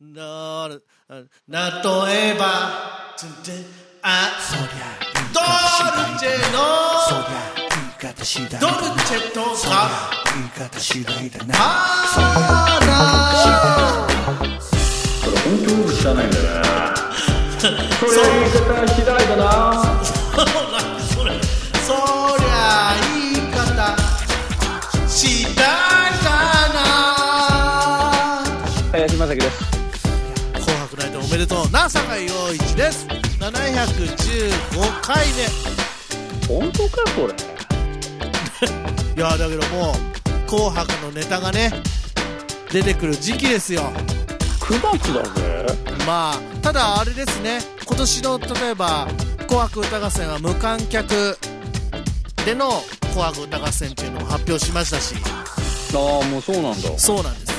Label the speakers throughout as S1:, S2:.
S1: なる、あ例えば、つんてん、あ、
S2: そりゃいい
S1: ドル
S2: 方
S1: チ
S2: 次
S1: ェ
S2: 第だそり
S1: の、
S2: ゃいい方
S1: ドルチェと
S2: 次第だそり
S1: か、
S2: ゃいい方次第だなそりゃ
S1: あら、
S3: 本当に知らないんだよねそれは言い方次第だな
S1: それ、そりゃ、言い方、次第だな。
S3: 林正樹です
S1: 紅白ナイトおめでとうな坂井陽一です715回
S3: 本当かそれ
S1: 目いやだけどもう紅白のネタがね出てくる時期ですよ
S3: 9月だぜ
S1: まあただあれですね今年の例えば「紅白歌合戦」は無観客での「紅白歌合戦」っていうのも発表しましたし
S3: ああもうそうなんだ
S1: そうなんです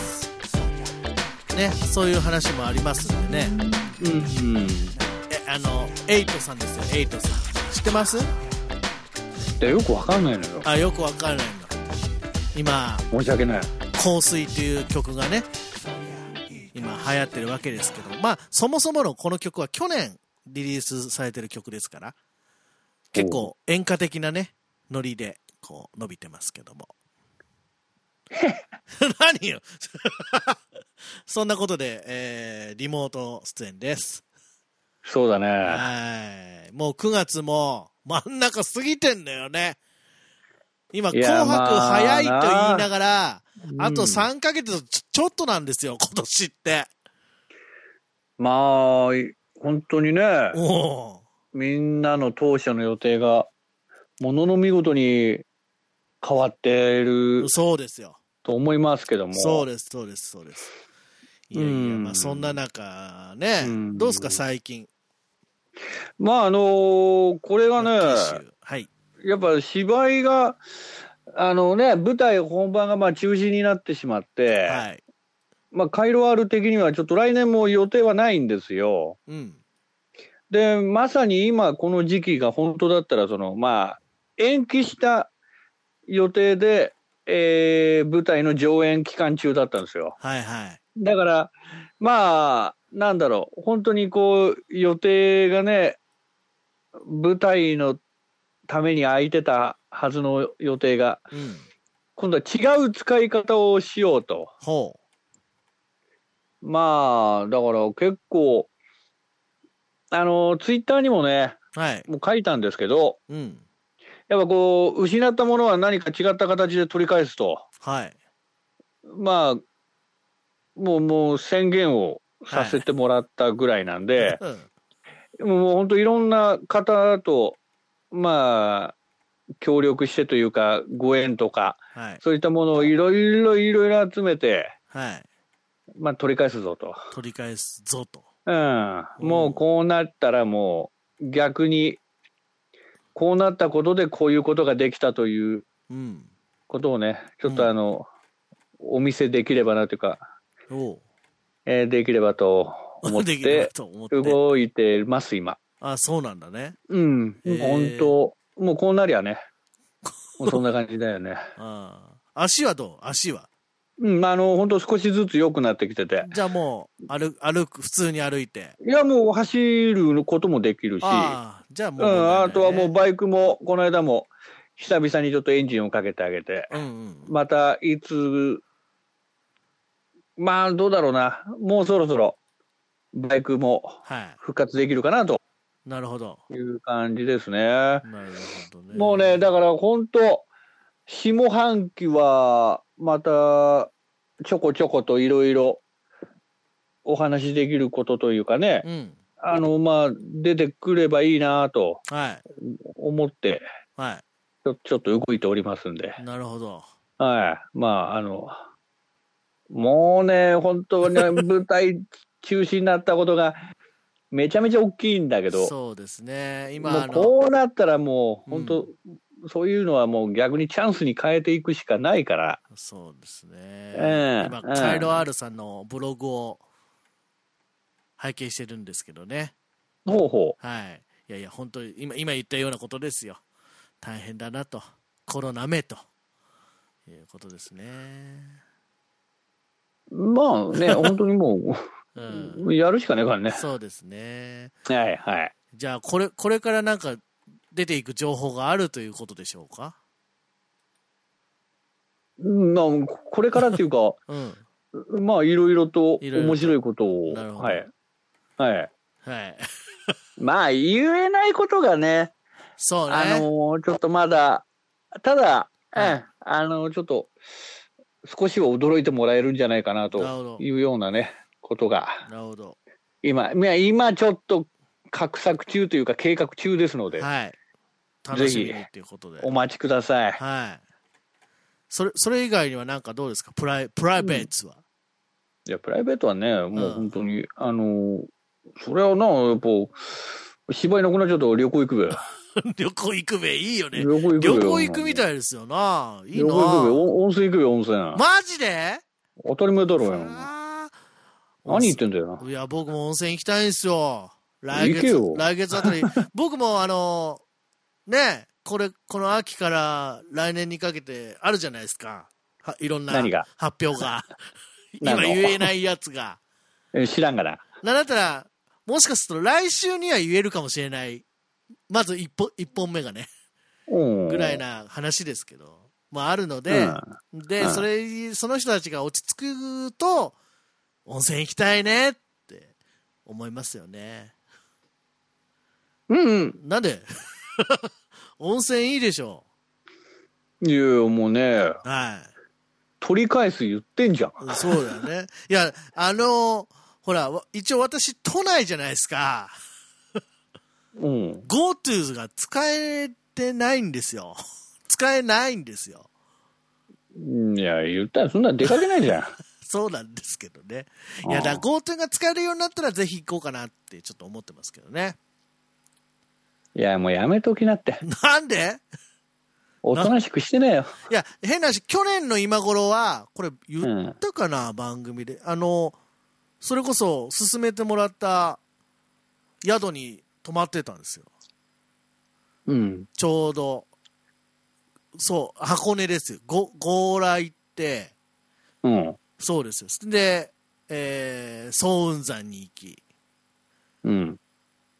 S1: ねそういう話もありますんでね
S3: うんうん
S1: えあのエイトさんですよエイトさん知ってます
S3: でよくわかんないのよ
S1: あよくわからないの今
S3: 申し訳ない
S1: 「香水」っていう曲がね今流行ってるわけですけどまあそもそものこの曲は去年リリースされてる曲ですから結構演歌的なねノリでこう伸びてますけども 何よ そんなことで、えーリモート出演です
S3: そうだね
S1: はいもう9月も真ん中過ぎてんだよね今「
S3: いや
S1: 紅白
S3: まあ
S1: 早い」と言いながら、あと
S3: うん
S1: 3ヶ月ちょちょっとなんですよ、今年って。
S3: まあい本当にね
S1: お
S3: みんなの当初の予定がものの見事に変わっている
S1: うそうですよ。
S3: と思いますけども
S1: そうです、そうです、そうです。いやいや、
S3: うん
S1: まあそんな中ね、
S3: うん
S1: どうですか、最近。
S3: まああのーこれがね
S1: 九州はい。
S3: やっぱ芝居が、あのね、舞台本番がまあ中止になってしまって、
S1: はい。
S3: まあ、カイロ R 的にはちょっと来年も予定はないんですよ。
S1: うん。
S3: で、まさに今この時期が本当だったら、そのまあ、延期した予定で、えー舞台の上演期間中だったんですよ。
S1: はいはい。
S3: だから、まあ、なんだろう、本当にこう、予定がね、舞台のために空いてたはずの予定が、
S1: うん。
S3: 今度は違う使い方をしようと。
S1: ほ
S3: まあ、だから結構、あの、ツイッターにもね、
S1: う。はい。
S3: もう書いたんですけど、
S1: うん。
S3: やっぱこう、失ったものは何か違った形で取り返すと、
S1: はい。
S3: まあ、もう、もう宣言をさせてもらったぐらいなんで、
S1: うん
S3: もう本当いろんな方と、まあ、協力してというか、ご縁とか、
S1: はい。
S3: そういったものをいろいろいろいろ集めて、
S1: はい。
S3: まあ、取り返すぞと。
S1: 取り返すぞと。
S3: うん、
S1: うん
S3: もうこうなったらもう逆にこうなったことでこういうことができたという
S1: うん。
S3: ことをねちょっ
S1: うん
S3: とあの、お見せできればなというか、
S1: お
S3: えーできればと思
S1: う。
S3: っ
S1: できるな
S3: て
S1: と思って。
S3: 動いてます今
S1: あ、そうなんだね。
S3: うん、
S1: へー
S3: 本当もうこうなりゃねもうそんな感じだ よね
S1: あー足はどう足は。
S3: うんあの本当少しずつ良くなってきてて
S1: じゃあもう、歩く、歩く、普通に歩いて。
S3: いやもう走ることもできるし
S1: ああ、じゃあも
S3: う
S1: う、
S3: ん、あとはもう
S1: イ
S3: バイクも、この間も、久々にちょっとエンジンをかけてあげて、
S1: うんうん。
S3: またいつ、まあ、どうだろうな、もうそろそろ、バイクも
S1: は
S3: 復活できるかなと
S1: い。なるほど。
S3: いう感じですね。
S1: なるほどね。
S3: もうね、だから本当、下半期は、また、ちょこちょこといろいろ、お話しできることというかね、
S1: うん。
S3: あの、まあ、出てくればいいなと
S1: はい。
S3: 思って、
S1: は
S3: ちょちょっと動いておりますんで、
S1: い。なるほど。
S3: はい、まあ、あの、もうね、本当に舞台中止になったことが、めちゃめちゃ大きいんだけど、
S1: そうですね。
S3: も
S1: 今、あ
S3: う
S1: の、
S3: こうなったらもう、
S1: う
S3: 本
S1: ん
S3: 当、そういうのはもう逆にチャンスに変えていくしかないから、
S1: そうですね。
S3: ええ
S1: 今、
S3: ええ
S1: カイロ R さんのブログを拝見してるんですけどね。
S3: ほうほ
S1: はい。いやいや、本当に今、今言ったようなことですよ。大変だなと。コロナめと。いうことですね。
S3: う。まあね、本当にもう、
S1: うん。
S3: やるしかねえからね。
S1: そうですね。
S3: はいはい。
S1: じゃあ、これ、これからなんか出ていく情報があるということでしょうか
S3: うんまあ、これからっていうか、
S1: うん。
S3: まあ、いろいろと
S1: いろいろと
S3: 面白いことを。
S1: なるほど
S3: はい。はい。
S1: はい。
S3: まあ、言えないことがね、
S1: そうね。
S3: あのーちょっとまだ、ただ、
S1: はい
S3: うんあのーちょっと、少しは驚いてもらえるんじゃないかな
S1: なるほど
S3: というようなね、ことが、
S1: なるほど。
S3: 今、いや今ちょっと、画策中というか、計画中ですので、
S1: はい。
S3: ひ
S1: 楽しみにっていうことで。
S3: お待ちください。
S1: はい。それ、それ以外にはなんかどうですかプライ、プライベートは。
S3: いや、プライベートはね、も
S1: う
S3: うん本当に、あのーそれはな、やっぱ、芝居なくなっちゃうと旅行行くべ。
S1: 旅行行くべ、いいよね。
S3: 旅行行くべ。
S1: 旅行行くみ
S3: い。
S1: たいですよな。いい
S3: 旅行行くべ。
S1: な。
S3: お温泉行くべ、温泉。
S1: マジで
S3: 当たり前だろうよ。
S1: あー
S3: 何言ってんだよな。
S1: いや、僕も温泉行きたいんですよ。来
S3: 行け
S1: 月
S3: よ、
S1: 来月あたり。 僕もあの、ね、これ、この秋から来年にかけてあるじゃないですか。はいろんな
S3: 何が
S1: 発表が。今
S3: 何の
S1: 言えないやつが。
S3: え知らんがな。
S1: なんだったら、もしかすると来週には言えるかもしれない。まず一本、一本目がね、
S3: うん。
S1: ぐらいな話ですけど。まああるので、で、
S3: うん
S1: それ、その人たちが落ち着くと、温泉行きたいねって思いますよね。
S3: うん。うん
S1: なんで 温泉いいでしょ
S3: うん。いや、もうね、
S1: う。は
S3: 取り返す言ってんじゃん。
S1: い。そうだよね。いや、あの、ほら、わ一応私、都内じゃないですか。
S3: うん。
S1: GoTo が使えてないんですよ。使えないんですよ。
S3: うんいや、言ったらそんな出かけないじゃん。
S1: そうなんですけどね。いや、
S3: うん
S1: だから GoTo が使えるようになったらぜひ行こうかなってちょっと思ってますけどね。
S3: いや、もうやめときなって。
S1: なんで
S3: おとなしくしてねえよ。
S1: いや、変な話、去年の今頃は、これ言ったかな、番組で。あの、それこそ、勧めてもらった宿に泊まってたんですよ。
S3: うん。
S1: ちょうど。そう、箱根ですよ。ご、強羅行って、
S3: うん。
S1: そうですよ。で、えー、早雲山に行き、
S3: うん。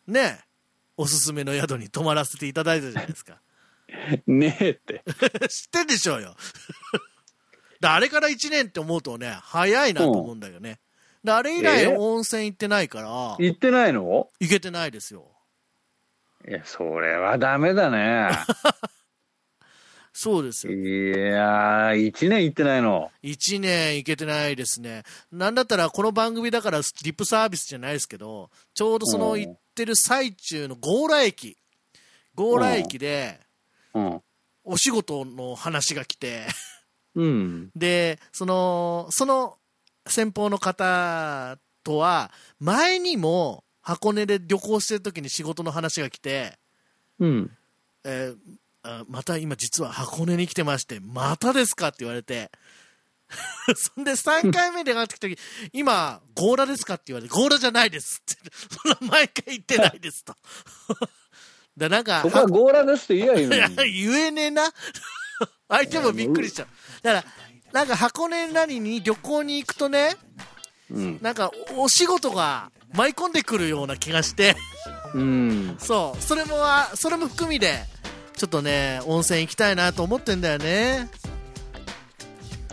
S1: ね、おすすめの宿に泊まらせていただいたじゃないですか。
S3: ねえって。
S1: 知ってんでしょうよ。だあれから1年って思うとね、早いなと思うんだよね。だあれ以来
S3: え
S1: 温泉行ってないから、
S3: 言ってないの
S1: 行けてないですよ。
S3: いや、それはダメだね。
S1: そうです
S3: い
S1: よ。
S3: やー、一年行ってないの。
S1: 1年行けてないですね。なんだったらこの番組だからリップサービスじゃないですけど、ちょうどその
S3: うん
S1: 行ってる最中の強羅駅、強羅駅で
S3: うん。
S1: お仕事の話が来て、
S3: うん。
S1: で、その、その先方の方とは、前にも箱根で旅行してる時に仕事の話が来て、
S3: うん。
S1: えーあまた今実は箱根に来てまして、またですかって言われて、 そんで3回目で上がってきた時、今、強羅ですかって言われて、強羅じゃないですって、 そんな毎回言ってないですと。 だなんか、
S3: そこは強羅ですって言えばいい
S1: い
S3: の
S1: や
S3: に。
S1: 言えねえな 相手もびっくりしちゃうだからなんか箱根なりに旅行に行くとね
S3: うん。
S1: なんかおお仕事が舞い込んでくるような気がして
S3: うん。
S1: そうそれもあそれも含みでちょっとね温泉行きたいなと思ってんだよね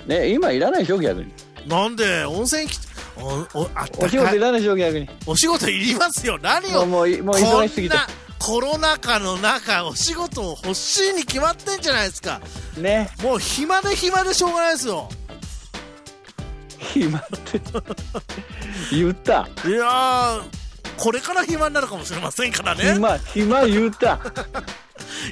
S3: ね、今いらないでしょ、逆に。
S1: なんで温泉行きおおあっ
S3: お
S1: た
S3: 仕事
S1: か
S3: い
S1: い
S3: らないでしょ、逆に。
S1: お仕事いりますよ何
S3: もう、
S1: を
S3: もういもう
S1: こ
S3: 忙しす
S1: ん
S3: ぎて
S1: な。コロナ禍の中お仕事を欲しいに決まってんじゃないですか
S3: ね。
S1: もう暇で暇でしょうがないですよ
S3: 暇って。言った。
S1: いやー、これから暇になるかもしれませんからね。
S3: 暇、暇言った。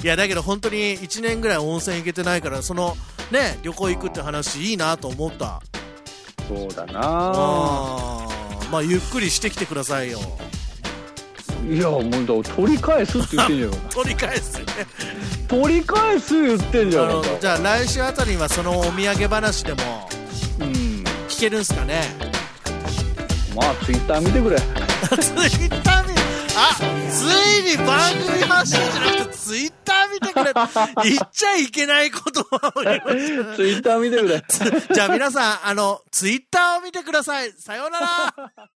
S1: いや、だけど本当に1年ぐらい温泉行けてないから、その、ね、旅行行くって話いいなと思った。
S3: そうだな
S1: あーまあ、ゆっくりしてきてくださいよ。
S3: いや、もうだ、取り返すって言ってんじゃん。
S1: 取り返すよね。
S3: 取り返す言ってんじ
S1: あ
S3: ゃん。
S1: の、じゃあ来週あたりはそのお土産話でも
S3: うん。
S1: 聞けるんすか ね。
S3: まあ、ツイッター見てくれ。
S1: ツイッター見あついに番組発信じゃなくてツイッター見てくれ 言っちゃいけないことは言いましたね
S3: ツイッター見てくれ。
S1: じゃあ皆さん、あの、ツイッターを見てください。さようなら。